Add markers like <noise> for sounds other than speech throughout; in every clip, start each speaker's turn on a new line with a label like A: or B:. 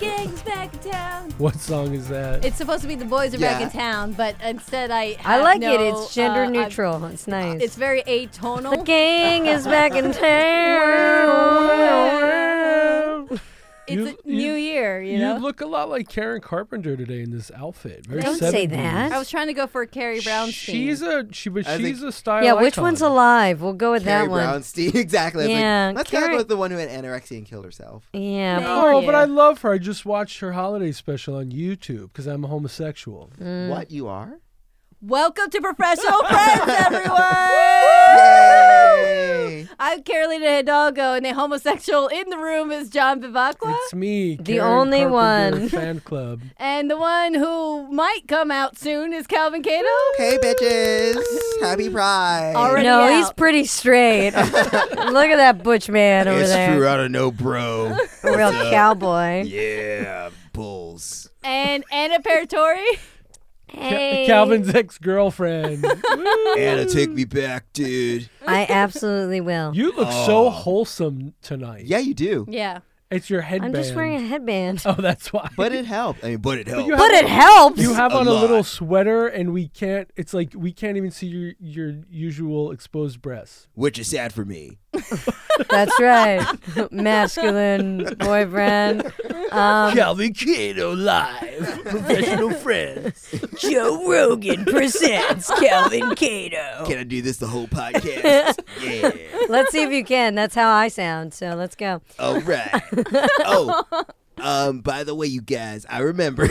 A: back in town.
B: <laughs> What song is that?
A: It's supposed to be the boys are back
C: Yeah.
A: in town, but instead I
D: I
A: have
D: like it.
A: no,
D: It's gender
A: uh, I-
D: neutral. it's nice.
A: It's very atonal.
D: the gang is back
A: <laughs>
D: in town.
A: it's
B: You-
A: a
B: you-
A: new year, you know.
B: look a lot like Karen Carpenter today in this outfit. Very
D: Don't say
B: 70s.
D: that.
A: I was trying to go for Carrie Brownstein.
B: She's a she, but
C: I think-
B: she's a style.
D: yeah, which
B: icon.
D: one's alive? We'll go with
C: Carrie
D: that one.
C: Brownstein. <laughs> exactly. I was like,
D: Yeah,
C: Let's
D: Carrie-
C: talk about the one who had anorexia and killed herself.
D: Yeah.
A: Thank
B: Oh, but
A: you.
B: I love her. I just watched her holiday special on YouTube because I'm a homosexual.
D: Mm.
C: What you are?
A: Welcome to
B: <laughs>
A: Professional Friends, everyone.
C: Yay!
A: I'm Carolina Hidalgo, and the homosexual in the room is John Bivacqua,
B: It's me,
D: The
B: Karen
D: only
B: Carpenter <laughs>
D: one.
B: fan club.
A: and the one who might come out soon is Calvin Cato.
C: Hey, bitches! Happy Pride.
A: Already
D: no,
A: out.
D: he's
A: <laughs>
D: pretty straight. Look at that butch man over there.
C: out of no
D: <laughs>
C: bro.
D: Real cowboy.
C: yeah, bulls.
A: and Anna Peratori.
D: Hey.
B: Calvin's ex
D: <laughs>
B: girlfriend.
C: Anna, take me back, dude.
D: I absolutely will.
B: you look so wholesome tonight.
C: Yeah, you do.
A: Yeah.
B: It's your headband.
D: I'm just wearing a headband.
B: Oh, that's why.
C: But it helped. I mean, but it helped.
B: <laughs> you
D: <laughs> But it helps.
B: you have
C: a
B: on a little
C: lot.
B: sweater, and we can't. It's like we can't even see your your usual exposed breasts.
C: which is sad for
D: <laughs>
C: me.
D: That's
B: <laughs>
D: right. Masculine boyfriend. Um,
B: Calvin Kato <laughs> live, professional friends.
D: Joe Rogan
C: <laughs>
D: presents Calvin Cato.
C: Can I do this the
D: <laughs>
C: whole podcast? yeah.
D: Let's see if you can. That's how I sound. So let's go. <laughs>
C: All right. Oh. Um, by the way, you guys, I remember.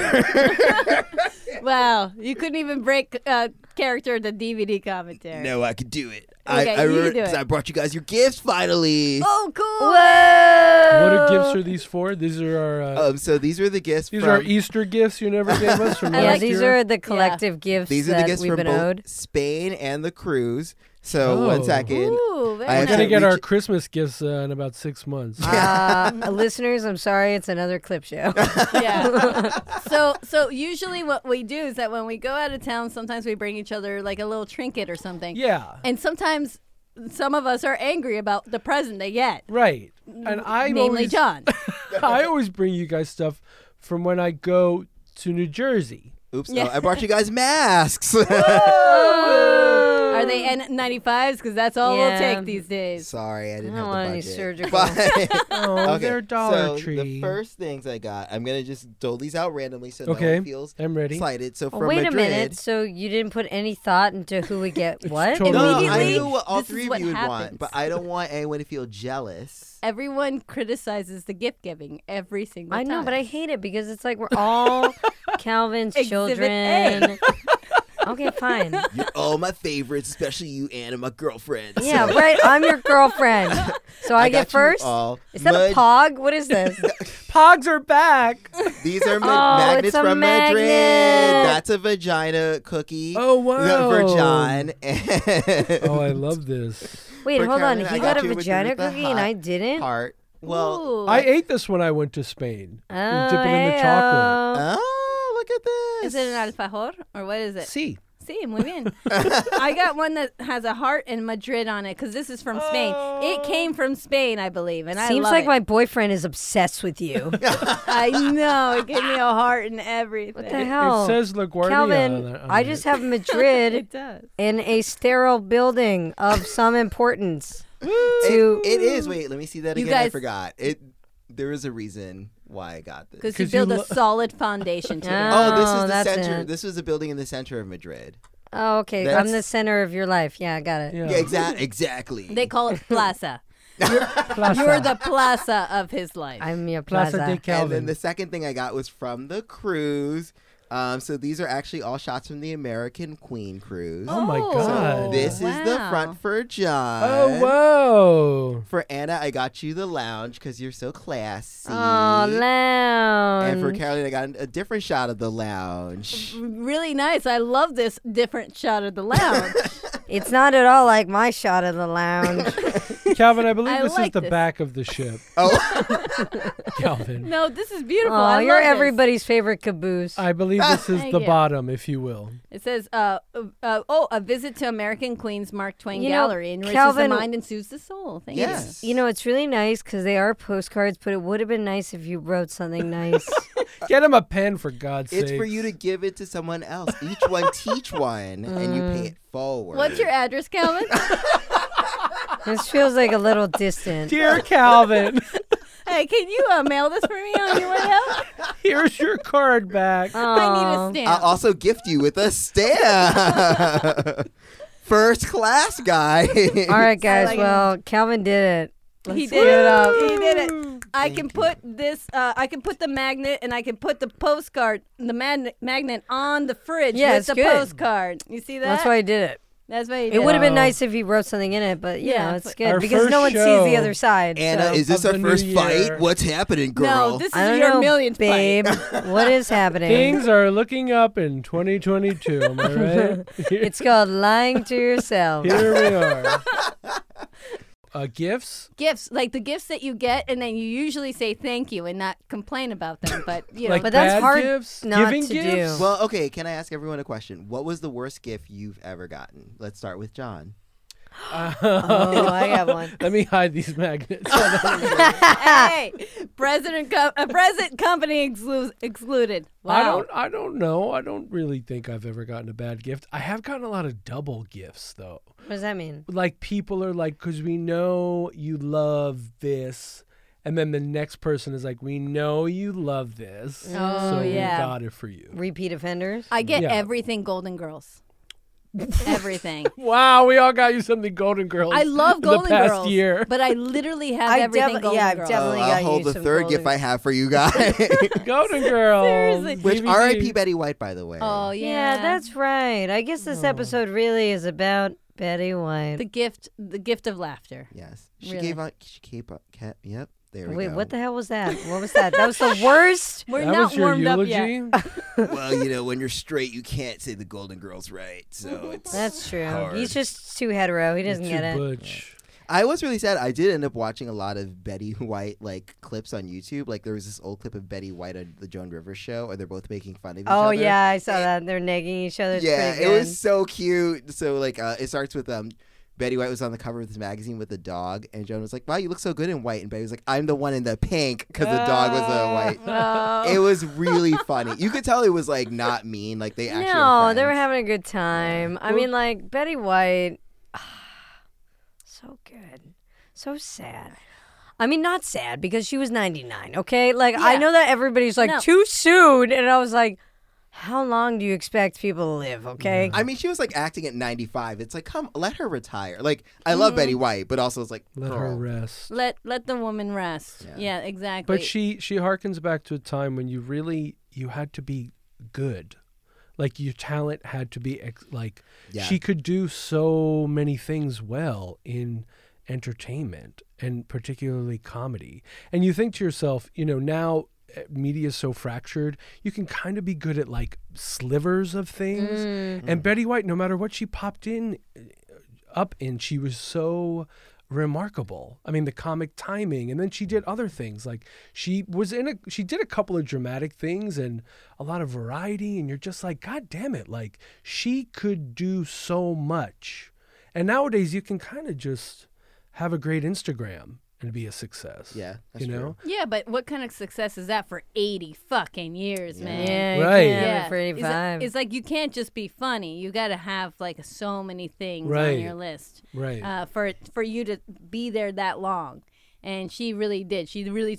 A: Wow. You couldn't even break uh, character in the DVD commentary.
C: no, I could do it.
A: Okay,
C: I, I,
A: you can
C: remember-
A: do it.
C: 'cause I brought you guys your gifts finally.
A: Oh, cool.
D: Whoa.
B: What are gifts are these for? These are our uh,
D: Oh.
C: Um, so these were the gifts.
B: these
C: from,
B: are our e Easter gifts you never gave us
D: <laughs>
B: from
A: I
D: yeah,
B: last
A: like
D: these
B: year.
D: are the collective gifts
C: these are
D: that
C: the gifts
D: we've
C: from
D: been
C: both <laughs>
D: owed.
C: Spain and the cruise. So one
B: Oh.
C: second.
A: Ooh, very
B: We're
C: I have
A: nice.
B: gonna
C: to
B: get
C: reach-
B: our Christmas gifts uh, in about six months.
D: Uh, listeners, I'm sorry, it's another
C: <laughs>
D: clip show.
A: yeah. <laughs> so so usually what we do is that when we go out of town, sometimes we bring each other like a little trinket or something.
B: yeah,
A: And sometimes some of us are angry about the present they get.
B: right. And I
A: namely
B: always
A: John.
B: <laughs> I always bring you guys stuff from when I go to New Jersey.
C: Oops.
A: Yeah.
C: No, I brought you guys masks.
A: Are they N95s? Because that's all
D: Yeah.
A: we'll take these days.
C: <laughs> Sorry, I didn't
D: I
C: have
D: don't
C: the
D: want any
C: budget.
D: surgical.
B: <laughs>
C: <laughs> But-
B: Oh,
C: okay.
B: they're Dollar
C: so
B: Tree.
C: The first things I got, I'm gonna just dole these out randomly so no
B: okay,
C: one feels
B: I'm ready.
C: slighted. So
D: Oh,
C: from
D: wait
C: Madrid,
D: a minute. So you didn't put any thought into who would get what?
B: totally-
C: No, I
A: Immediately,
C: knew what all
A: this is
C: three of
A: what
C: you would
A: happens.
C: want, but I don't want anyone to feel jealous.
A: Everyone criticizes the gift giving every single
D: I
A: time.
D: know, but I hate it because it's like we're all
B: <laughs>
D: Calvin's
A: Exhibit
D: children.
A: A.
D: okay,
B: <laughs>
D: fine.
C: You're all my favorites, especially you, Anne, and my girlfriend.
D: Yeah,
C: So
D: right. I'm your girlfriend. So I,
C: I
D: get
C: got you
D: first?
C: all.
D: Is that
C: Mud-
D: a pog?
C: <laughs>
D: What is this?
B: Pogs are back.
C: These are
D: Oh,
C: ma- magnets
D: it's a
C: from Madrid.
D: magnet.
C: That's a vagina cookie.
B: Oh
C: The-
B: wow.
C: For
D: <laughs>
C: John. And
A: <laughs>
B: Oh, I love this.
D: Wait,
C: For
D: hold on.
C: Karen, I
D: He
C: got
D: got a
C: you with
D: vagina
C: the- with the
D: cookie and I
C: hot
D: didn't?
C: Heart. Well,
A: Ooh.
B: I ate this when I went to Spain.
D: Oh,
B: dip it in the chocolate.
D: heyo.
C: oh, look at this.
A: Is it an alfajor or what is it?
B: See,
A: Sí, muy
D: <laughs>
A: bien. I got one that has a heart and Madrid on it because this is from Spain. It came from Spain, I believe, and I
D: Oh. Seems
A: love
D: like
A: it.
D: my boyfriend is obsessed with you. what
A: <laughs> I know it gave me a heart and everything.
D: the hell?
B: it says LaGuardia. on
D: Calvin,
B: the- on
D: I
B: it.
A: <laughs>
D: just have Madrid
A: It does.
D: in a sterile building of some importance. to
C: It is. Wait, let me see that
A: You
C: again. I
A: guys-
C: forgot. It. There is a reason why I got this.
A: Because you
B: 'Cause you
A: build
B: lo-
A: a solid foundation to
D: Yeah.
A: it.
C: Oh, this
D: Oh,
C: is the
D: that's
C: center.
D: it.
C: This was a building in the center of Madrid.
D: Oh, okay. I'm
C: That's-
D: the center of your life. Yeah, I got it.
B: Yeah.
C: Yeah, exact, exactly.
A: They call it
C: <laughs>
A: plaza.
B: Plaza.
A: You're the plaza of his life.
D: I'm your
B: Plaza
D: plaza.
B: de
C: and
B: Calvin.
C: then the second thing I got was from the cruise. Um, so these are actually all shots from the American Queen cruise.
B: Oh my
A: Oh.
B: God.
C: This is the
A: Wow.
C: front for John.
B: oh whoa.
C: For Anna, I got you the lounge because you're so classy.
D: Oh, lounge.
C: and for Caroline, I got a different shot of the
A: <laughs>
C: lounge.
A: really nice. I love this different shot of the lounge.
C: <laughs>
D: It's not at all like my shot of
A: <laughs>
D: the lounge.
B: Calvin, I believe
A: I
B: this is
A: like
B: the
A: this.
B: back of
A: <laughs>
B: the ship.
C: Oh, <laughs>
B: Calvin.
A: no, this is beautiful.
D: oh,
A: I
D: you're
A: love this.
D: everybody's favorite caboose.
B: I believe
A: <laughs>
B: this is
A: Thank
B: the
A: you.
B: bottom, if you will.
A: It says, uh, uh, "Oh, a visit to American Queen's Mark Twain
D: You know,
A: Gallery enriches
D: Calvin-
A: the mind and soothes the soul." Thank <laughs>
C: yes.
D: you know, it's really nice because they are postcards, but it would have been nice if you wrote something nice.
B: Get him a pen for God's sake.
C: It's for you to give it to someone else. Each one
A: <laughs>
C: teach one, and you
A: Mm.
C: pay it forward.
A: What's your address,
C: <laughs>
A: Calvin?
D: This feels like a little
B: <laughs>
D: distant.
B: Dear
C: <laughs>
B: Calvin, <laughs>
A: hey, can you uh, mail this for me on your way out?
B: here's your
A: <laughs>
B: card back.
A: I
D: Aw.
A: need a
C: I'll
A: stamp.
C: also gift you with a
D: <laughs>
C: stamp. First class, guy.
D: All right, guys.
A: like him.
D: well, Calvin did it. Let's
A: He
D: give
A: did
D: it up.
A: Oh, He did it. I can put this. Uh, I can put the magnet, and I can put the postcard, the mag- magnet on the fridge
D: Yeah,
A: with
D: it's
A: the
D: good.
A: postcard. You see that?
D: That's why he did it.
A: That's why. you
D: It
A: did
D: would have been
B: Wow.
D: nice if he wrote something in it, but you
A: Yeah,
D: know,
A: it's
D: it's
A: like-
D: good
B: Oh. Our
D: because no one
B: first
D: sees the
B: show.
D: other side.
C: Anna,
D: so-
C: is this
B: Of
C: our
B: the new
C: first
B: year.
C: fight? What's happening, girl?
A: No, this
D: I
A: is
D: don't
A: your
D: know,
A: millionth fight. <laughs>
D: babe. what is happening?
B: Things are looking up in 2022.
A: <laughs>
B: Am I right?
D: It's called lying to yourself.
B: Here we are. <laughs> Uh, gifts.
A: Gifts like the gifts that you get, and then you usually say thank you and not complain about them. But you know,
B: Like
D: but that's
B: bad
D: hard
B: gifts,
D: not
B: giving
D: to
B: gifts?
D: do.
B: <laughs>
C: Well, okay. Can I ask everyone a question? What was the worst gift you've ever gotten? Let's start with John.
D: <laughs> oh, I got one.
B: Let me hide these
D: <laughs>
B: magnets.
A: hey, president, co- uh, present company exclu- excluded. Wow.
B: I don't. I don't know. I don't really think I've ever gotten a bad gift. I have gotten a lot of double gifts though.
D: What does that mean?
B: Like people are like, because we know you love this, and then the next person is like, we know you love this,
A: Oh,
B: so
A: yeah.
B: we got it for you.
D: Repeat offenders?
A: I get
B: Yeah.
A: everything Golden
D: <laughs>
A: Girls. everything.
B: Wow, we all got you something Golden Girls.
A: I love
B: in
A: Golden
B: the past
A: Girls,
B: year.
A: but I literally have
D: I
A: everything
D: defi-
A: Golden
D: yeah, I've
A: Girls.
D: definitely-
C: Oh, I'll
D: got you
C: hold the
D: some
C: third
D: golden-
C: gift I have for you
D: <laughs>
C: guys.
B: Golden Girls.
A: Seriously.
C: Which
B: DVD.
C: R.I.P. Betty White, by the way.
A: oh yeah,
D: yeah, that's right. I guess
B: Oh.
D: this episode really is about Betty White.
A: the gift. The gift of laughter.
C: yes, she
A: really?
C: gave out. She gave out. Kept, yep. There we
D: Wait,
C: go.
D: what the hell was that? What was that? That was the
A: <laughs>
D: worst.
A: We're
B: that
A: not
B: was your
A: warmed
B: eulogy.
A: up yet. <laughs>
C: well, you know, when you're straight, you can't say the Golden Girls right.
D: <laughs>
C: So it's.
D: That's true.
C: Hard.
D: He's just too hetero. He doesn't
B: Too
D: get it.
B: butch.
C: I was really sad. I did end up watching a lot of Betty White like clips on YouTube. Like there was this old clip of Betty White on the Joan Rivers show, and they're both making fun of each
D: Oh
C: other. Eh,
D: yeah, I saw that. They're nagging each other. It's
C: yeah.
D: pretty
C: It
D: good.
C: was so cute. So like, uh, it starts with um. Betty White was on the cover of this magazine with a dog, and Joan was like, "Wow, you look so good in white." And Betty was like, "I'm the one in the pink because the dog was
D: Oh,
C: the white." It was really funny. You could tell it was like not mean. Like they actually.
D: No, they were
C: friends.
D: having a good time. I mean, like Betty White, <sighs> so good, so sad. I mean, not sad because she was 99. Okay, like I
A: Yeah.
D: know that everybody's like
A: No.
D: too soon, and I was like, how long do you expect people to live? Okay,
C: I mean, she was like acting at 95. It's like, come, let her retire. Like, I love Betty
D: Mm.
C: White, but also it's like,
B: Let her
C: girl.
B: rest.
A: Let let the woman rest. Yeah, exactly.
B: But she she harkens back to a time when you really you had to be good, like your talent had to be ex- like
C: Yeah.
B: she could do so many things well in entertainment and particularly comedy. And you think to yourself, you know, now eh, media is so fractured, you can kind of be good at like slivers of things.
A: Mm.
B: And Betty White, no matter what she popped in up in. She was so remarkable. I mean, the comic timing, and then she did other things like she was in a she did a couple of dramatic things and a lot of variety. And you're just like, God damn it! Like she could do so much. And nowadays, you can kind of just have a great Instagram and be a success.
C: Yeah, that's
B: you know.
C: true.
A: yeah, but what kind of success is that for eighty fucking years, man?
D: yeah, you
B: Right.
D: can't have it
A: Yeah.
D: for
A: It's,
D: 85.
A: it's like you can't just be funny. You got to have like so many things
B: Right.
A: on your list
B: Right.
A: uh, for for you to be there that long. And she really did. She really,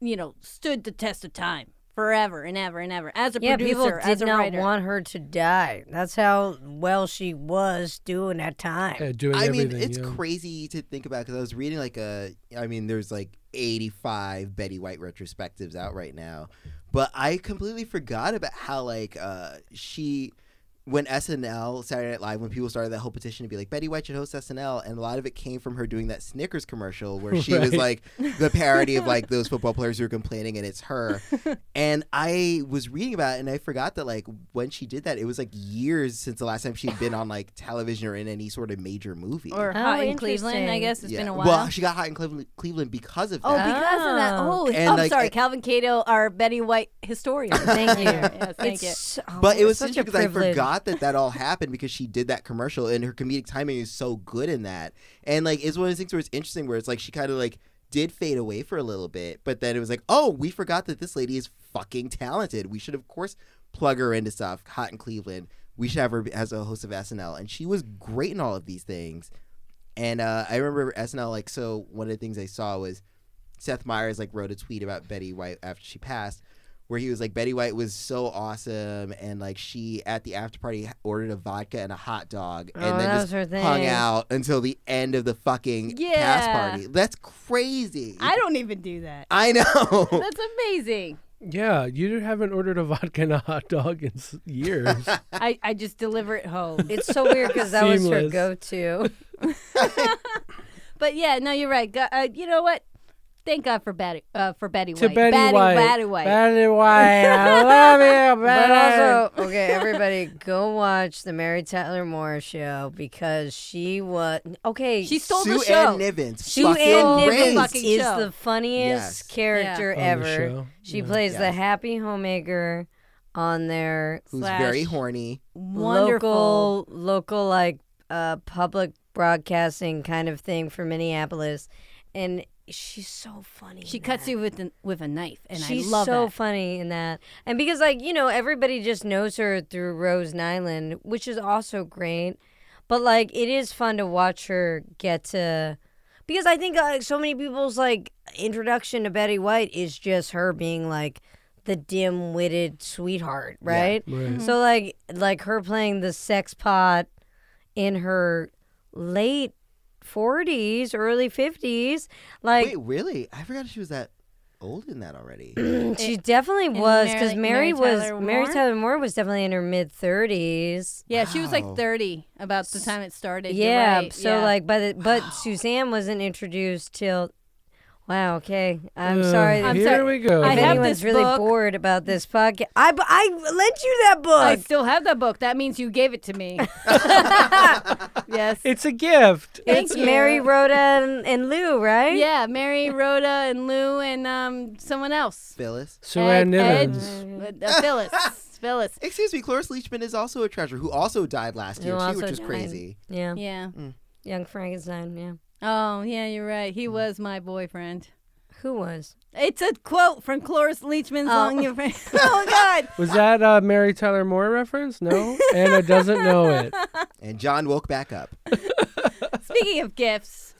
A: you know, stood the test of time forever and ever and ever as a
D: yeah,
A: producer,
D: people
A: as
D: did
A: a
D: not
A: writer.
D: want her to die. That's how well she was doing at time.
B: Yeah, doing
C: I mean,
B: everything.
C: it's
B: yeah.
C: crazy to think about because I was reading like a, I mean, there's like 85 Betty White retrospectives out right now, but I completely forgot about how like uh she. When SNL Saturday Night Live, when people started that whole petition to be like Betty White should host SNL, and a lot of it came from her doing that Snickers commercial where she
B: <laughs>
C: was
B: Right.
C: like the parody of like those football players who are complaining, and it's her.
A: <laughs>
C: And I was reading about it, and I forgot that like when she did that, it was like years since the last time she'd been on like television or in any sort of major movie.
A: or
D: Oh,
A: hot in Cleveland, I
D: interesting.
A: guess it's
C: Yeah.
A: been a while.
C: Well, she got hot in Cleveland, Cleveland because of
A: Oh,
C: that.
A: because of that.
D: Oh.
A: Oh,
C: And,
A: I'm
C: like,
A: sorry,
C: I-
A: Cavan Cato, our Betty White
D: <laughs>
A: historian. Thank
D: you.
A: yes, thank
D: It's
A: you.
D: so-
C: but it
D: Oh, it's
C: was
D: such
C: interesting
D: a
C: because I
D: privilege.
C: forgot that that all happened because she did that commercial and her comedic timing is so good in that. And like, it's one of those things where it's interesting where it's like she kind of like did fade away for a little bit, but then it was like, oh, we forgot that this lady is fucking talented. We should of course plug her into stuff. Hot in Cleveland. We should have her as a host of SNL, and she was great in all of these things. And uh, I remember SNL like so. One of the things I saw was Seth Meyers like wrote a tweet about Betty White after she passed, where he was like Betty White was so awesome, and like she at the after party ordered a vodka and a hot dog, and
D: Oh,
C: then
D: that
C: just
D: was her thing.
C: hung out until the end of the fucking cast
A: Yeah.
C: party. That's crazy.
A: I don't even do that.
C: I
D: <laughs>
C: know.
A: That's amazing.
B: Yeah, you haven't ordered a vodka and a hot dog in s-
A: <laughs>
B: years.
A: I, I just deliver it home.
D: <laughs> It's so weird because that was her
B: Seamless.
D: go-to.
A: But yeah, no, you're right. Go- Uh, you know what? Thank God for Betty uh, for Betty
B: to
A: White.
B: Betty, White.
A: Betty White.
B: Betty White,
D: <laughs>
B: I love you,
D: But
B: Betty.
D: also, okay, everybody, go watch the Mary Tyler Moore show because she was okay.
A: she stole
C: Sue
A: the show.
C: Ann Nivens.
D: Sue
C: fucking
D: Ann
A: the
C: great.
D: Nivens
A: fucking
D: is
A: show.
D: the funniest
C: Yes.
D: character
B: Yeah. On the
D: ever.
B: show,
D: She
B: yeah.
D: plays the
C: Yes.
D: happy homemaker on their
C: Who's
A: Slash
C: very horny.
A: Wonderful.
D: local, local like uh, public broadcasting kind of thing for Minneapolis, and she's so funny.
A: She
D: in
A: cuts
D: that.
A: you with an, with a knife, and
D: She's
A: I love
D: so
A: that.
D: funny in that, and because like you know everybody just knows her through Rose Nyland, which is also great, but like it is fun to watch her get to, because I think like so many people's like introduction to Betty White is just her being like the dim-witted sweetheart, right?
B: Right.
D: So like like her playing the sex pot in her late 40s, early 50s, like
C: Wait, really? I forgot she was that old in that already.
D: <clears throat> She definitely
A: And
D: was
A: Mary-
D: because
A: Mary
D: Mary, was
A: Tyler
D: Mary
A: Moore?
D: Tyler Moore was definitely in her mid thirties.
A: Yeah, she was like
C: Wow.
A: 30 about the time it started. You're
D: Yeah,
A: right,
D: so
A: yeah.
D: like, but
A: <sighs>
D: it- but Suzanne wasn't introduced till. Wow. Okay. I'm sorry.
B: Uh,
D: that-
B: here
A: sorry.
B: we go.
A: I
D: if
A: have
D: anyone's
A: this
D: really
A: book.
D: bored about this podcast, I bu- I lent you that
A: I
D: book.
A: still have that book. That means you gave it to <laughs> me. yes.
B: it's a gift.
A: Thank
D: it's
A: you.
D: Mary, Rhoda, and, and Lou, right?
A: Yeah, Mary, Rhoda, and Lou, and um, someone else.
C: Phyllis.
B: Sue Ann
A: Ed-
B: Nivens.
A: Ed- uh, <laughs> Phyllis. Phyllis.
C: Excuse me, Cloris Leachman is also a treasure who also died last
D: Who
C: year too,
D: also
C: which is
D: died.
C: crazy.
D: Yeah.
A: Yeah.
D: Young Frankenstein. Yeah.
A: Oh, yeah, you're right. He was my boyfriend.
D: Who was?
A: It's a quote from Cloris Leachman's song. Your Friend. oh God.
B: Was that a Mary Tyler Moore reference? No, Anna doesn't
A: <laughs>
B: know it.
C: And John woke back up.
A: <laughs> Speaking of <laughs> gifts,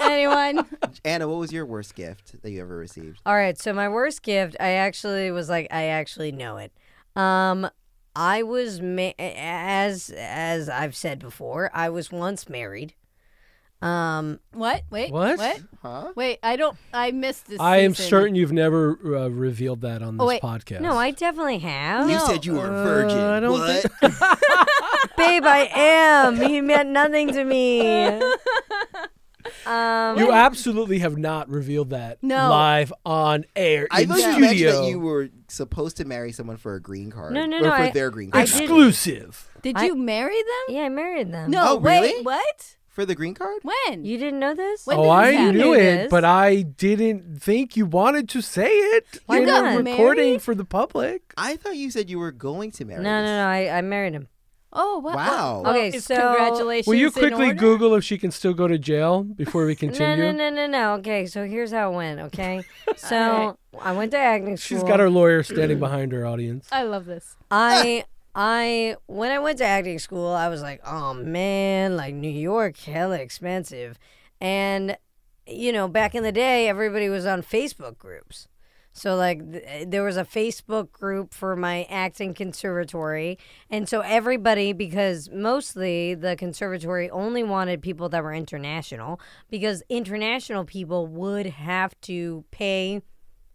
A: anyone?
C: Anna, what was your worst gift that you ever received?
D: All right, so my worst gift, I actually was like, I actually know it. Um, I was ma- as as I've said before, I was once married. Um,
A: What? Wait.
B: What?
A: What?
C: Huh?
A: Wait. I don't. I missed this.
B: I am
A: season.
B: certain you've never uh, revealed that on this
A: Oh, wait.
B: podcast.
D: no, I definitely
B: <laughs>
D: have,
C: You said you were a virgin.
B: Uh, I don't
C: what?
D: babe. I am. He meant nothing
A: <laughs>
D: to me. Um,
B: You absolutely have not revealed that
A: No.
B: live on air
C: I
B: in
C: thought you mentioned
B: studio.
C: that you were supposed to marry someone for a green card.
D: No, no,
C: or
D: no,
C: For
D: I-
C: their green
D: I
C: card. not
D: did-
C: yours.
B: Exclusive.
A: Did
D: I-
A: you marry them?
D: yeah, I married them.
A: No.
C: Oh, really?
A: Wait. What?
C: For the green card?
A: When?
D: you didn't know this.
A: When
B: oh,
A: did
B: I
A: this happen?
B: knew
D: You
B: it,
D: knew this.
B: but I didn't think you wanted to say it
D: Why
B: in a
D: not?
B: recording
A: Married?
B: for the public.
C: I thought you said you were going to
B: Oh,
C: marry.
D: No, no,
C: this-
D: no. I, I married him.
A: Oh wow.
C: Wow.
A: Well,
D: Okay,
A: it's
D: so-
A: congratulations.
B: Will you
A: in
B: quickly
A: order?
B: Google if she can still go to jail before we continue?
D: <laughs> No, no, no, no, no. Okay, so here's how it went. Okay, so
A: <laughs> All
D: I went to acting school.
B: She's got her lawyer
D: <clears throat>
B: standing behind her audience.
D: Uh,
A: I love this.
D: I I when I went to acting school, I was like, oh man, like New York, hella expensive, and you know, back in the day, everybody was on Facebook groups. So like th- there was a Facebook group for my acting conservatory, and so everybody because mostly the conservatory only wanted people that were international because international people would have to pay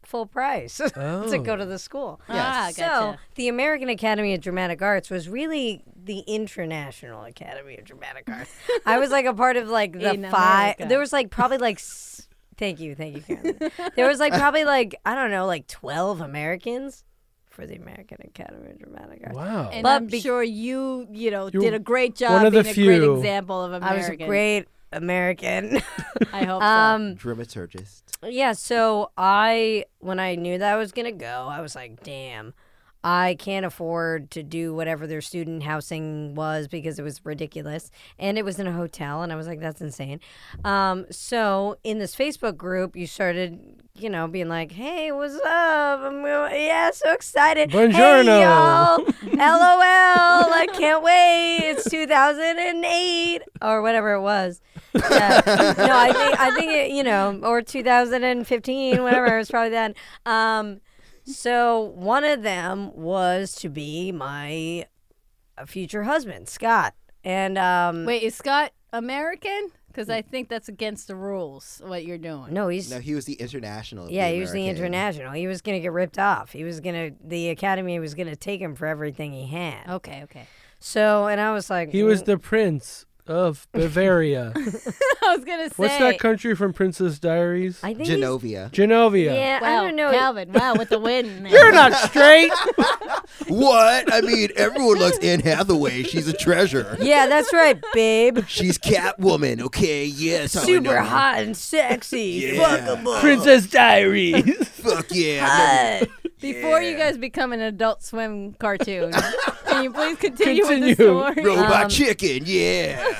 D: full price <laughs> to go to the school.
A: Ah,
D: So
A: gotcha.
D: the American Academy of Dramatic Arts was really the International Academy of Dramatic Arts. I was like a part of like the
A: In
D: five.
A: America.
D: There was like probably like. s- <laughs> Thank you, thank you, Carolyn. There was like probably like I don't know, like twelve Americans for the American Academy of Dramatic Arts.
B: Wow.
A: And
D: But
A: I'm
D: be-
A: sure you, you know,
B: You're
A: did a great job.
B: one of the
A: being a
B: few.
A: great example of
D: I was
A: American.
D: a great American.
A: I hope
D: um,
C: Dramaturgist.
D: Yeah, so I when I knew that I was gonna go, I was like, damn, I can't afford to do whatever their student housing was because it was ridiculous. And it was in a hotel. And I was like, that's insane. Um, so in this Facebook group, you started, you know, being like, hey, what's up? I'm, go- yeah, so excited.
B: Buongiorno.
D: Hey, y'all. LOL. I can't wait. It's 2008 or whatever it was. Yeah. no, I think, I think it, you know, or 2015, whatever. It was probably then. Um, so one of them was to be my future husband, Scott. And um
A: Wait, is Scott American? Because I think that's against the rules what you're doing.
D: no, he's
C: No, he was the international. of
D: yeah, he was the
C: American.
D: international. He was gonna get ripped off. He was gonna the academy was gonna take him for everything he had.
A: Okay,
D: <laughs>
A: okay.
D: So and I was like,
B: He was
D: "Mm,
B: the prince
D: <laughs>
B: of Bavaria.
A: I was gonna say.
B: What's that country from Princess Diaries?
D: I think he's-
C: Genovia.
B: Genovia.
D: Yeah,
A: Wow,
D: I don't know.
A: Calvin. Wow, with the
B: <laughs>
A: wind.
B: You're
D: <laughs>
B: not straight.
C: What? I mean, everyone looks Anne Hathaway. She's a treasure.
D: Yeah, that's right, babe.
C: <laughs> She's Catwoman. Okay, yes.
D: Super hot and sexy.
C: Yeah.
D: Fuckable.
B: Princess Diaries. <laughs>
C: Fuck yeah. I've never-
D: hot.
A: Before you guys become an Adult Swim <laughs> cartoon, can you please continue, with the <laughs>
B: Continue.
A: story?
C: Robot chicken. <laughs> Yeah.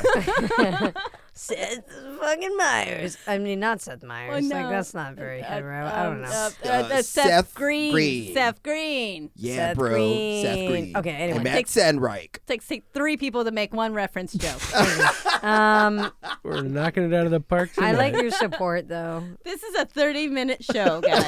D: Seth fucking Myers. I mean, not Seth Myers. Like
A: no.
D: that's not very
A: Uh,
D: heterosexual. I don't
A: um,
D: know.
A: uh, uh,
C: Uh,
A: uh, Seth,
C: Seth
A: Green.
C: Green.
A: Seth Green.
C: Yeah,
D: Seth
C: bro. Seth
D: Green.
C: Green.
D: Okay, anyway.
C: And Matt
A: Takes-
C: Sandreich.
A: Takes take three people to make one reference joke. <laughs>
D: <laughs> um,
B: We're knocking it out of the park
D: I
B: tonight. <laughs>
D: like your support though.
A: this is a 30 minute show, guys.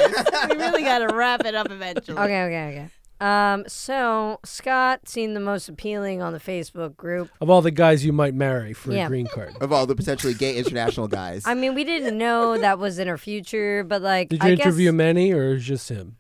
A: we really got to wrap it up eventually.
D: Okay, okay, okay. Um, so Scott seemed the most appealing on the Facebook group.
B: of all the guys you might marry for
D: Yeah.
B: a green card.
C: Of all the potentially
D: <laughs>
C: gay international guys.
D: I mean, we didn't know that was in her future, but like,
B: Did you
D: I
B: interview
D: guess
B: many or is just him?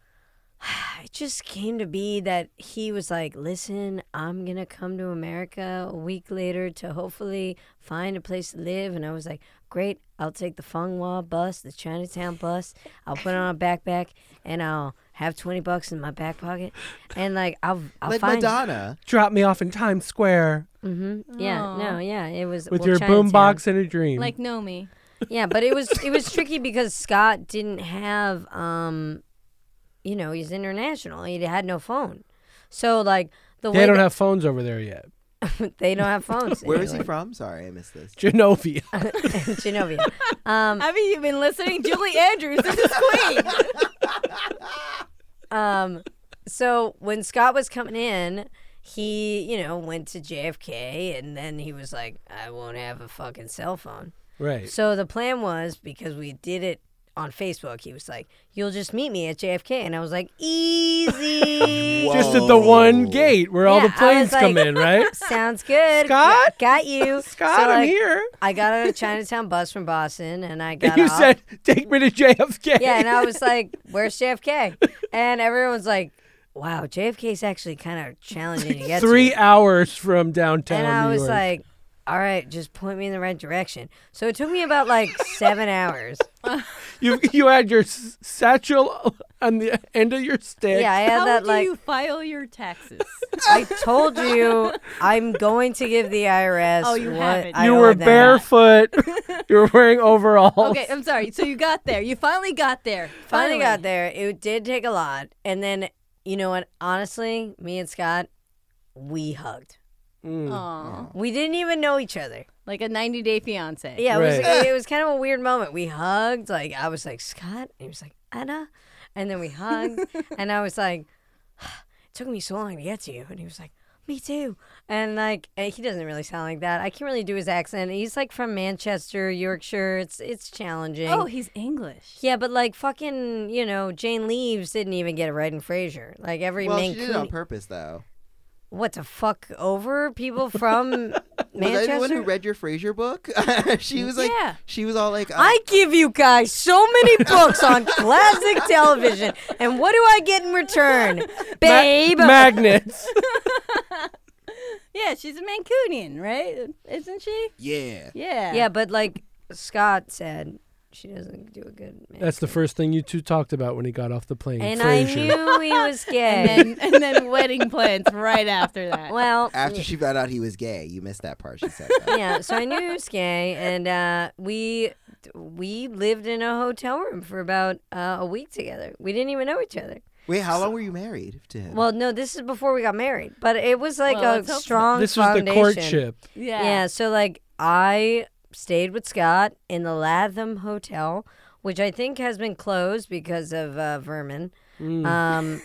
D: it just came to be that he was like, "Listen, I'm gonna come to America a week later to hopefully find a place to live," and I was like, "Great, I'll take the Funghua bus, the Chinatown bus. I'll put on a backpack and I'll." Have twenty bucks in my back pocket, and like I'll I'll
C: like
D: find
C: Madonna.
B: Drop me off in Times Square
D: hmm Yeah,
A: Aw.
D: no, yeah, it was
B: with
D: well,
B: your
D: Chinatown.
B: boombox and a dream.
A: Like Nomi.
D: <laughs> yeah but it was it was tricky because scott didn't have um you know he's international he had no phone so like the
B: they
D: way
B: don't
D: that-
B: have phones over there yet. <laughs>
D: they don't have phones
C: Where is he from? Sorry, I missed this.
B: Genovia.
D: Uh, <laughs> genovia um
A: I mean, you've been listening. Julie Andrews, this is
D: <laughs>
A: Queen.
D: um so when scott was coming in he you know went to jfk and then he was like i won't have a fucking cell phone
B: right.
D: So the plan was because we did it on Facebook, he was like, You'll just meet me at JFK. And I was like,
B: <laughs>
D: Easy.
C: Whoa.
B: Just at the one
C: Oh.
B: gate where all
D: Yeah,
B: the
D: I
B: planes
D: was
B: come
D: like-
B: in,
D: <laughs>
B: right? <laughs>
D: Sounds good.
B: Scott?
D: Got- Got you.
B: Scott,
D: So,
B: I'm
D: like,
B: here. <laughs>
D: I got on a Chinatown bus from Boston and I got
B: you
D: off.
B: said, take me to JFK.
D: yeah, and
B: <laughs>
D: I
A: <laughs>
D: was like, Where's JFK? And everyone was like, Wow, JFK's actually kind of challenging to get to.
B: Three hours from downtown.
D: And I
B: New
D: was
B: York.
D: like, all right, just point me in the right direction. So it took me about like
B: <laughs>
D: seven hours. <laughs>
B: you you had your s- satchel <laughs> on the end of your stick.
D: Yeah, I had
A: How
D: that
A: do
D: like
A: you file your
D: <laughs>
A: taxes?
D: I told you I'm going to give the IRS.
A: Oh, you
D: what
A: haven't.
D: I
B: you
D: owe
B: were
D: them.
B: barefoot.
D: <laughs>
B: <laughs> you were wearing overalls.
A: okay, I'm sorry. So you got there. You finally got there.
D: Finally got there. It did take a lot, and then you know what? Honestly, me and Scott, we hugged.
B: Mm.
A: Aw,
D: We didn't even know each other.
A: like a 90 day fiance.
D: Yeah, it was
B: Right.
D: it was kind of a weird moment. We hugged. Like I was like Scott, and he was like Anna, and then
C: <laughs>
D: we hugged, and I was like, it took me so long to get to you, and he was like. Me too, and like eh, he doesn't really sound like that. I can't really do his accent. He's like from Manchester, Yorkshire. It's it's challenging.
A: Oh, he's English.
D: Yeah, but like fucking, you know, Jane Leaves didn't even get it right in Frasier. Like every
C: Well, she did it on
D: Mancunian,
C: purpose, though.
D: what the fuck over people from
C: <laughs> Was anyone who
D: Manchester.
C: read your Frasier book? <laughs> she was like,
A: Yeah.
C: she was all like, uh,
D: I give you guys so
B: <laughs>
D: many books on classic television, and what do I get in return,
B: <laughs> Ma-
D: babe? <laughs>
B: magnets.
A: Yeah, she's a Mancunian, right? Isn't she?
C: yeah.
A: Yeah.
D: yeah, but like Scott said, she doesn't do a good. Man.
B: That's the first thing you two talked about when he got off the plane.
D: and
B: Frasier.
D: I knew he was
B: <laughs>
D: gay.
A: And, and <laughs> then wedding plans right after that.
D: well,
C: After she found out he was gay, you missed that part. She said, that.
D: <laughs> yeah, so I knew he was gay, and uh, we we lived in a hotel room for about uh, a week together. We didn't even know each other.
C: <laughs> Wait, how long were you married to him?
D: Well, no, this is before we got married, but it was like
A: Well,
D: a
A: let's hope so.
D: strong
B: This was
D: foundation.
B: the courtship.
A: Yeah.
D: Yeah. so like I stayed with Scott in the Latham Hotel, which I think has been closed because of uh, vermin.
C: Mm. <laughs>
D: Um,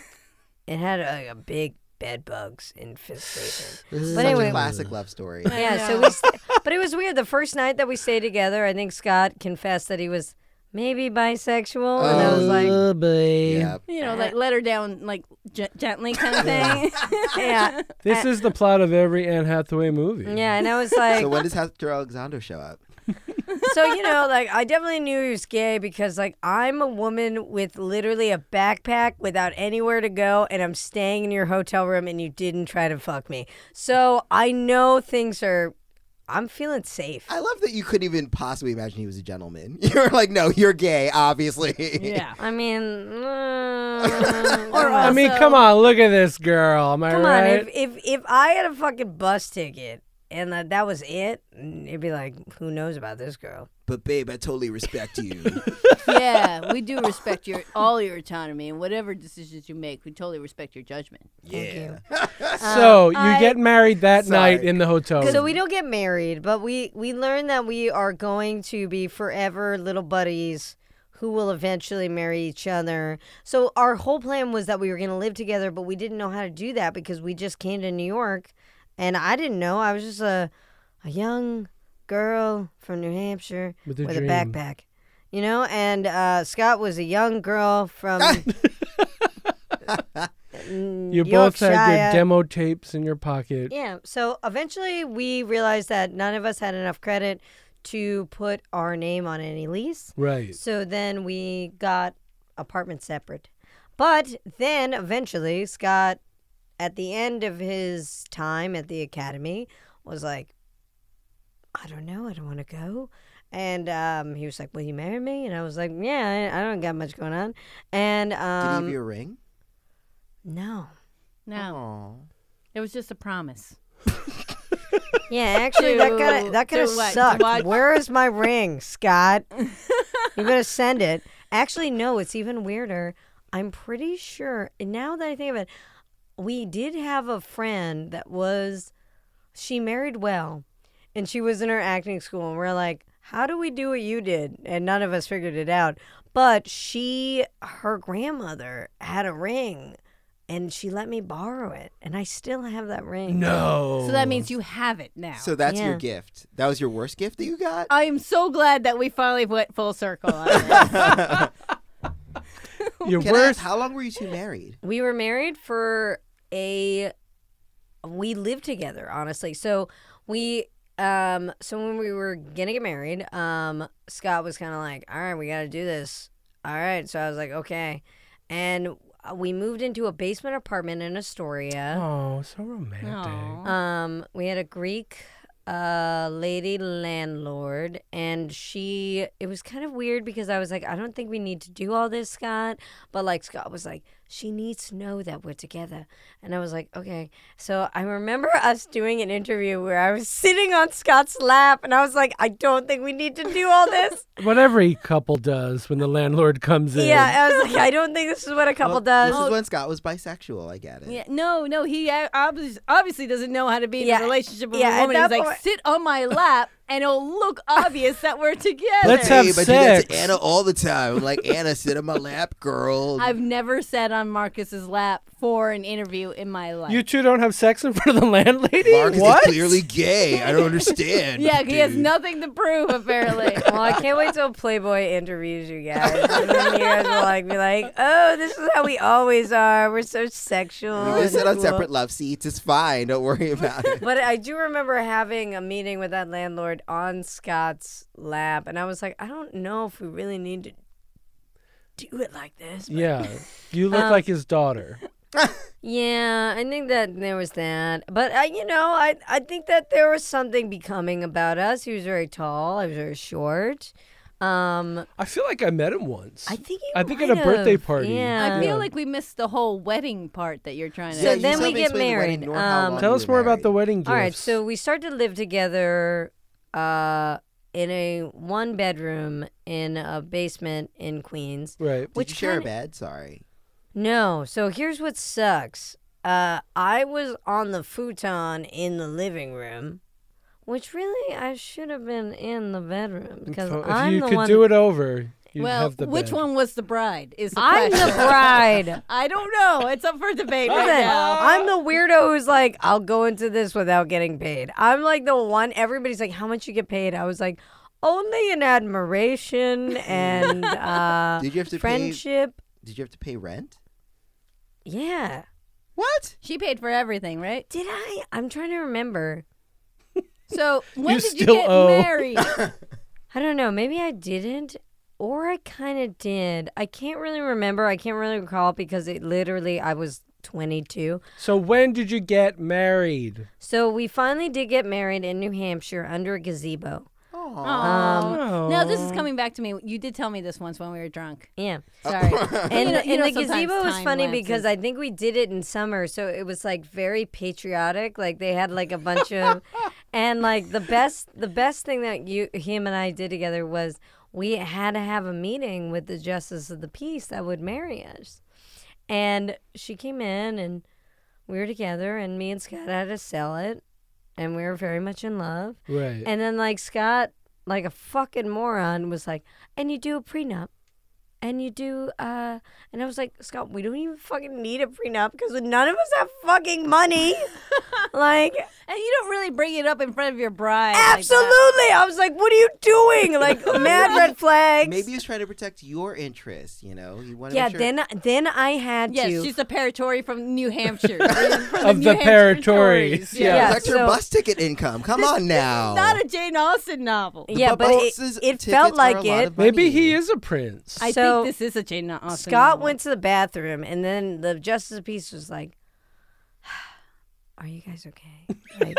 D: it had like a big bed bugs infestation.
C: <sighs> this is
D: but
C: such
D: anyway-
C: a classic love story.
D: Yeah, so
A: know.
D: we. St- <laughs> but it was weird. The first night that we stayed together, I think Scott confessed that he was maybe bisexual, and I was like,
C: yeah.
A: You know, like let her down, like g- gently kind of thing.
C: Oh.
D: <laughs> yeah,
B: This is the plot of every Anne Hathaway movie.
D: yeah, and I was like,
C: So when does Hector Alexander show up?
D: so you know, like I definitely knew he was gay because like I'm a woman with literally a backpack without anywhere to go, and I'm staying in your hotel room, and you didn't try to fuck me. So I know things are. I'm feeling safe.
C: I love that you couldn't even possibly imagine he was a gentleman. <laughs> You were like, no, you're gay, obviously.
A: <laughs> <laughs> yeah.
D: I mean, mm,
A: Or
B: I mean, come on, look at this girl. Am I
D: come on.
B: right?
D: If, if if I had a fucking bus ticket and that that was it, mm, it'd be like, who knows about this girl?
C: <laughs> But babe, I totally respect you.
A: yeah, we do respect your all your autonomy and whatever decisions you make. We totally respect your judgment.
C: yeah.
B: so you
A: I-
B: get married that
C: Sorry.
B: night in the hotel room.
D: uh, So we don't get married, but we we learn that we are going to be forever little buddies who will eventually marry each other. So our whole plan was that we were going to live together, but we didn't know how to do that because we just came to New York and I didn't know. I was just a a young girl from New Hampshire
B: With
D: with
B: a
D: a,
B: dream.
D: backpack. You know, and uh, Scott was a young
B: <laughs>
D: girl from
B: you both had your
D: Yorkshire.
B: demo tapes in your pocket.
D: Yeah. So eventually we realized that none of us had enough credit to put our name on any lease.
B: Right.
D: So then we got apartments separate. But then eventually Scott, at the end of his time at the academy, was like, I don't know. I don't want to go. And um, he was like, Will you marry me? And I was like, Yeah, I, I don't got much going on. And
C: Did he
D: um,
C: give you a ring?
D: no.
A: No,
C: Aw.
A: it was just a promise.
D: <laughs> Yeah, actually, that kind of that kind of
A: to what?
D: sucked.
A: Watch-
D: Where is my ring, Scott? you better send it. Actually, no. It's even weirder. I'm pretty sure. And now that I think of it, we did have a friend that was. She married well, and she was in her acting school, and we're like, how do we do what you did? And none of us figured it out. But she, her grandmother had a ring, and she let me borrow it, and I still have that ring.
B: No.
A: So that means you have it now.
C: So that's your
D: Yeah.
C: gift. That was your worst gift that you got?
A: I am so glad that we finally went full circle. On this.
B: your
C: Can I ask,
B: worst.
C: how long were you two married?
D: We were married for a we lived together, honestly. So we um so when we were gonna get married, um Scott was kinda like, All right, we gotta do this. All right. So I was like, Okay. And uh, we moved into a basement apartment in Astoria.
B: Oh, so romantic.
A: Aw.
D: Um, we had a Greek uh lady landlord and she it was kind of weird because I was like, I don't think we need to do all this, Scott. But like Scott was like, She needs to know that we're together and I was like, Okay. So I remember <laughs> us doing an interview where I was sitting on Scott's lap and I was like, I don't think we need to do all
C: <laughs>
D: this.
B: What every couple does when the landlord comes in.
D: yeah. I was like, I don't think this is what a couple does.
C: This is when Scott was bisexual. I get it.
A: Yeah, no, no, he uh, obvi- obviously doesn't know how to be in
D: Yeah,
A: a relationship with
D: yeah,
A: a
D: at
A: woman. He's
D: that
A: like,
D: point-
A: sit on my lap, and it'll look <laughs> obvious that we're together.
B: Let's have
C: Babe, I do that to
B: sex.
C: Anna all the time. I'm like, Anna, sit on my lap, girl.
A: <laughs> I've never sat on Marcus's lap for an interview in my
D: uh,
A: life.
B: You two don't have sex in front of the <laughs> landlady?
C: Marcus is
B: what?
C: clearly gay. I don't
A: <laughs>
C: understand.
A: yeah, he has
C: dude.
A: nothing to prove apparently.
D: Well, I can't wait till Playboy interviews you guys. And then you guys will like be like, "Oh, this is how we always are. We're so sexual."
C: We just
D: and
C: sit on
D: cool."
C: separate love seats. It's fine. Don't worry about it.
D: But I do remember having a meeting with that landlord on Scott's lap, and I was like, "I don't know if we really need to do it like this." but-
B: Yeah. You look
D: Um,
B: like his daughter.
D: Yeah, I think that there was that. But I, you know, I I think that there was something becoming about us. He was very tall. I was very short. Um,
B: I feel like I met him once.
D: I think you
B: I think
D: might
B: at a birthday
D: have.
B: party.
D: Yeah.
A: <laughs> I feel like we missed the whole wedding part that you're trying to.
D: So
C: Yeah, you
D: then
C: still
D: we
C: haven't
D: get
C: explained the wedding
D: married.
C: nor how
D: Um,
C: long
B: Tell
C: you
B: us
C: were
B: more about
C: married.
B: the wedding gifts.
D: All right, so we started to live together uh, in a one bedroom in a basement in Queens.
B: Right.
C: Did
D: Which
C: you share a
D: kinda-
C: bed? Sorry.
D: No. So here's what sucks. Uh, I was on the futon in the living room, which really I should have been in the bedroom because
B: If
D: I'm
B: you
D: the
B: could
D: one.
B: do it over, you'd
A: well,
B: have the
A: which
B: bed.
A: one was the bride? Is the
D: I'm the
A: question.
D: bride.
A: <laughs> I don't know. It's up for debate right
D: Listen,
A: now.
D: I'm the weirdo who's like, I'll go into this without getting paid. I'm like the one. Everybody's like, how much you get paid? I was like, only
C: <laughs>
D: in admiration and uh,
C: Did you have to pay?
D: friendship.
C: Did you have to pay rent?
D: Yeah.
C: What?
A: She paid for everything, right?
D: Did I? I'm trying to remember.
B: <laughs>
A: So when
B: You
A: did you
B: still
A: get
B: owe. <laughs>
A: married?
D: I don't know. Maybe I didn't, or I kind of did. I can't really remember. I can't really recall because it literally I was 22.
B: So when did you get married?
D: So we finally did get married in New Hampshire under a gazebo.
A: Aw. No, Um, this is coming back to me. You did tell me this once when we were drunk.
D: Yeah.
A: Sorry.
D: And,
A: Uh, <laughs> You know- you know
D: and the
A: sometimes
D: gazebo was
A: time
D: funny
A: lapses.
D: because I think we did it in summer, so it was like very patriotic. Like they had like a
A: <laughs>
D: bunch of, and like the best the best thing that you him and I did together was we had to have a meeting with the justice of the peace that would marry us, and she came in and we were together, and me and Scott had to sell it, and we were very much in love,
B: Right.
D: and then like Scott, like a fucking moron, was like, and you do a prenup. And you do, uh, and I was like, Scott, we don't even fucking need a prenup because none of us have
C: <laughs>
D: fucking money. like,
A: And you don't really bring it up in front of your bride. like that.
D: absolutely. I was like, what are you
C: <laughs>
D: doing? Like, mad red flags.
C: Maybe he was trying to protect your interests. You know, you want to.
D: Yeah,
C: make sure-
D: then then I had
A: Yes,
D: to.
A: she's the paratory from New Hampshire.
D: <laughs>
A: From
B: Of the
A: New Hampshire
B: paratories,
A: Tories.
B: yeah.
D: Yeah.
C: protect your
D: so-
C: bus ticket income. Come on now.
A: Not a Jane Austen novel.
D: yeah, but it,
C: buses
D: it
C: tickets
D: felt
C: are
D: like
C: a lot
D: it.
C: of
B: Maybe he
C: money.
B: is a prince.
A: I
D: So,
A: think this is a Jane Austen
D: Scott
A: novel.
D: went to the bathroom, and then the justice of peace was like, <sighs> "Are you guys
C: <laughs>
D: okay?" Like,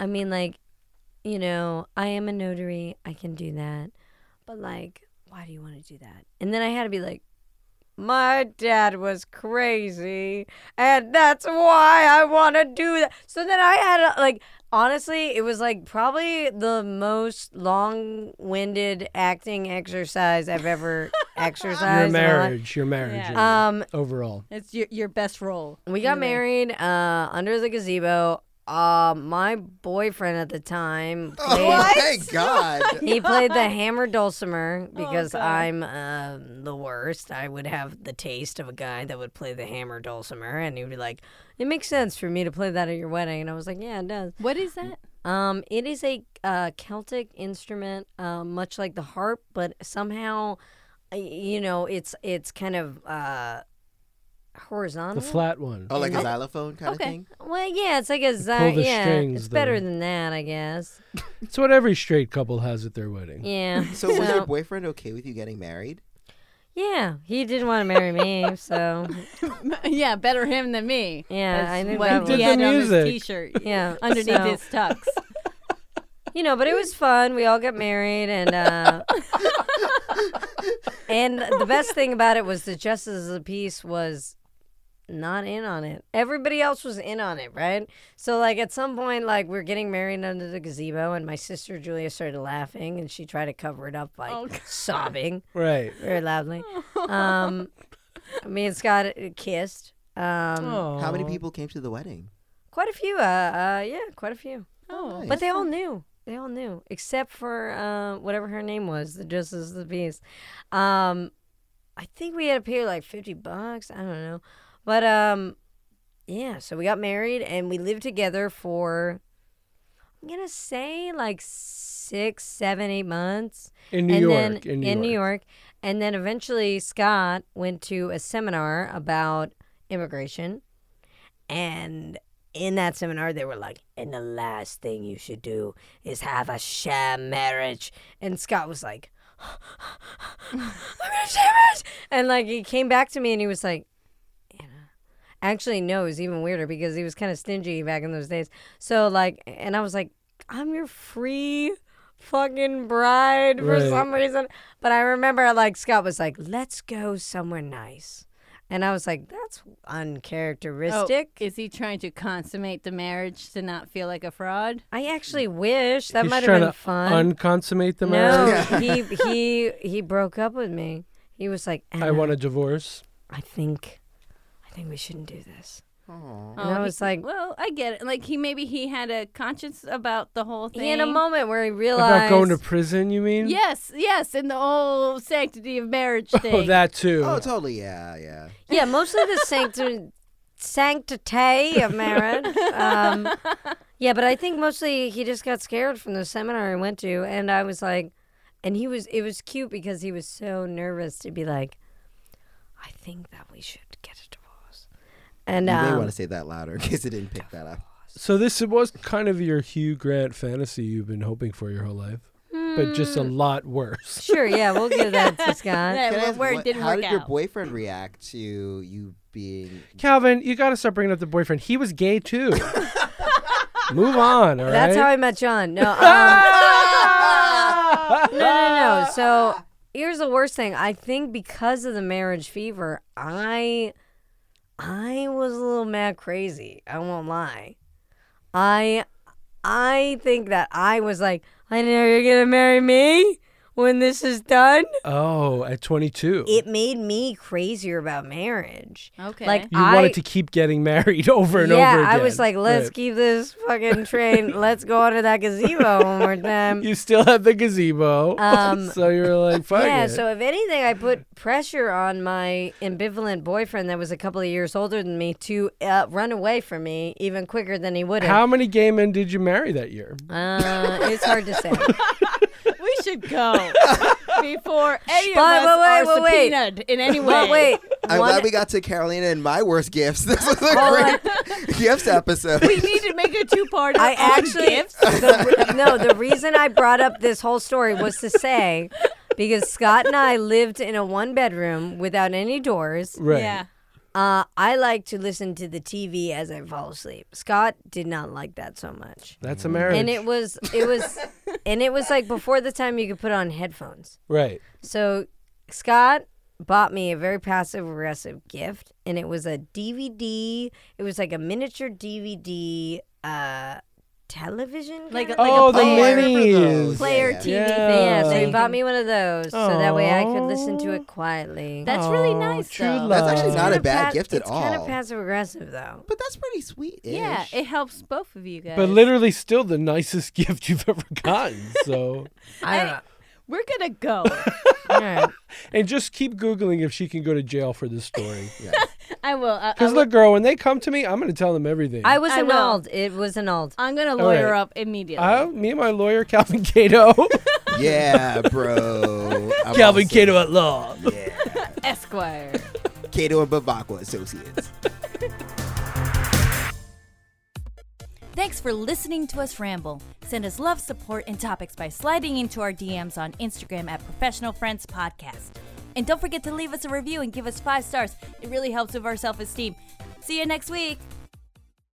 D: I mean, like, you know, I am a notary; I can do that. But like, why do you want to do that? And then I had to be like, "My dad was crazy, and that's why I want to do that." So then I had to, like. Honestly, it was like probably the most long-winded acting exercise I've ever exercised.
B: your
D: in my life.
B: marriage, your marriage
A: Yeah.
B: and
D: Um,
B: overall.
A: It's your, your best role.
D: we got
A: Anyway.
D: married uh, under the gazebo. Uh, my boyfriend at the time
C: <laughs> Oh,
D: played,
C: thank
D: <laughs>
C: God.
D: he played the hammer dulcimer because
A: God.
D: I'm um the worst. I would have the taste of a guy that would play the hammer dulcimer, and he would be like, "It makes sense for me to play that at your wedding," and I was like, "Yeah, it does."
A: What is that? <laughs>
D: Um, it is a uh, Celtic instrument, uh, much like the harp, but somehow, uh, you know, it's it's kind of uh, horizontal.
B: The flat one.
C: Oh, like a
D: I-
C: xylophone kind
A: okay.
C: of thing.
D: Well, yeah, it's like a
B: pull
D: zy-
B: the
D: yeah.
B: strings,
D: it's better
B: though.
D: than that, I guess.
B: It's what every straight couple has at their wedding.
D: Yeah.
C: <laughs> So was your boyfriend okay with you getting married?
D: yeah, he didn't want to marry
B: <laughs>
D: me, so
A: yeah, better him than me.
D: yeah, I knew
A: what
D: that.
B: Did
A: he
B: the
D: was-
A: had on his
B: music.
A: T-shirt
D: <laughs>
A: <laughs>
D: Yeah,
A: underneath
D: so,
A: his tux.
D: You know, but it was fun. We all got married,
A: <laughs>
D: and uh, and the best thing about it was the justice of the peace was not in on it. Everybody else was in on it, right? So like at some point, like we're getting married under the gazebo, and my sister Julia started laughing, and she tried to cover it up by
A: Oh, God.
D: sobbing.
A: <laughs>
B: Right.
D: very loudly. Um, me and Scott uh, kissed. Um,
A: Oh.
C: How many people came to the wedding?
D: Quite a few. Uh, uh, yeah, quite a few.
A: Oh,
D: But they all knew. They all knew, except for uh, whatever her name was, the Justice of the Peace. Um, I think we had to pay like fifty bucks. I don't know, but um, yeah. So we got married and we lived together for. I'm gonna say like six, seven, eight months
B: In New
D: and
B: York.
D: Then,
B: in New York.
D: And then eventually Scott went to a seminar about immigration. And in that seminar, they were like, and the last thing you should do is have a sham marriage. And Scott was like, I'm going to sham marriage. And like, he came back to me and he was like, Actually, no, it was even weirder because he was kind of stingy back in those days. So, like, and I was like, I'm your free fucking bride for
B: Right.
D: some reason. But I remember, like, Scott was like, let's go somewhere nice. And I was like, that's uncharacteristic.
A: Oh, is he trying to consummate the marriage to not feel like a fraud?
D: I actually wish that
B: He's
D: might have
B: trying
D: been
B: to
D: fun.
B: unconsummate the
D: no,
B: marriage.
D: he he he broke up with me. He was like,
B: I
D: "Anna,
B: want a divorce.
D: I think I think we shouldn't do this.
C: Aw.
D: And I
A: Oh, he-
D: was like,
A: well, I get it. Like he maybe he had a conscience about the whole thing.
D: he had a moment where he realized
B: About going to prison, you mean?
A: Yes, yes, and the whole sanctity of marriage thing.
B: Oh, that too.
C: Oh, totally. Yeah, yeah.
D: Yeah, mostly the sancti- sanctity of marriage. Um, yeah, but I think mostly he just got scared from the seminar I went to, and I was like, and he was. It was cute because he was so nervous to be like, I think that we should get a divorce, and
C: You may
D: um,
C: want to say that louder in case it didn't pick that up.
B: so this was kind of your Hugh Grant fantasy you've been hoping for your whole life, but just
D: Hmm.
B: a lot worse.
D: sure, yeah, we'll give that to Scott.
A: That
C: Can I
A: where-
C: ask
A: where
C: what-
A: it didn't
C: how
A: work
C: did
A: out.
C: your boyfriend react to you being?
B: Calvin, you got to stop bringing up the boyfriend. He was gay too.
D: <laughs>
B: Move on, all right?
D: That's how I met
B: <laughs>
D: John. No, um, <laughs> no, no, no. So here's the worst thing. I think because of the marriage fever, I, I was a little mad crazy. I won't lie. I, I think that I was like, I know you're gonna marry me when this is done.
B: oh, at 22.
D: It made me crazier about marriage.
A: Okay.
D: Like
B: you
D: I,
B: wanted to keep getting married <laughs> over and
D: yeah,
B: over again.
D: I was like, let's
B: Right.
D: keep this fucking train. let's go onto that gazebo one more time.
B: You still have the gazebo. <laughs>
D: Um,
B: so you were like, fuck
D: yeah,
B: it.
D: so if anything, I put pressure on my ambivalent boyfriend that was a couple of years older than me to uh, run away from me even quicker than he would have.
B: how many gay men did you marry that year?
D: Uh, it's hard to say.
A: <laughs> we should go
D: <laughs>
A: before any
D: But
A: of us
D: wait, wait,
A: are
D: wait, wait.
A: subpoenaed in any way.
D: But wait,
C: I'm
D: one-
C: glad we got to Carolina and my worst gifts. <laughs> This was a great <laughs> gifts episode.
A: we need to make a two-part.
D: <laughs> I actually the re- no. The reason I brought up this whole story was to say because Scott and I lived in a one bedroom without any doors.
B: Right.
A: Yeah.
D: Uh, I like to listen to the TV as I fall asleep. Scott did not like that so much.
B: That's a
C: Mm.
B: marriage.
D: and it was
C: <laughs>
D: it was and it was like before the time you could put on headphones
B: right.
D: so scott bought me a very passive aggressive gift and it was a dvd it was like a miniature dvd uh television
A: Like a-
D: kind of-
B: oh, the
D: player.
C: player.
B: minis.
A: Player
C: Yeah.
A: TV thing.
B: Yeah.
D: yeah so
A: you
D: he
A: can-
D: bought me one of those so that way i could listen to it quietly
A: That's really
B: Aw,
A: nice,
B: true
A: though.
B: love.
C: That's actually not
D: Kinda
C: a bad
D: pa-
C: gift at
D: it's kind
C: all.
D: of passive aggressive though
C: but that's pretty sweet.
A: Yeah, it helps both of you guys.
B: But literally, still the nicest <laughs> gift you've ever gotten. So,
D: i don't know
A: we're gonna
D: <laughs>
A: go.
D: All right.
B: and just keep googling if she can go to jail for this story.
A: I will. I, I
B: Because look, girl, when they come to me, I'm going to tell them everything.
D: i was
A: I will.
D: annulled it was annulled
A: am gonna lawyer
B: right.
A: up immediately.
B: I, me and my lawyer, <laughs> Calvin Cato.
C: yeah, bro.
A: <laughs>
C: I'm
B: Calvin
C: also-
B: Cato at law.
C: Yeah,
A: Esquire.
C: Cato and Bavacqua Associates.
E: Thanks for listening to us ramble. Send us love, support, and topics by sliding into our DMs on Instagram at Professional Friends Podcast. And don't forget to leave us a review and give us five stars. It really helps with our self esteem. See you next week.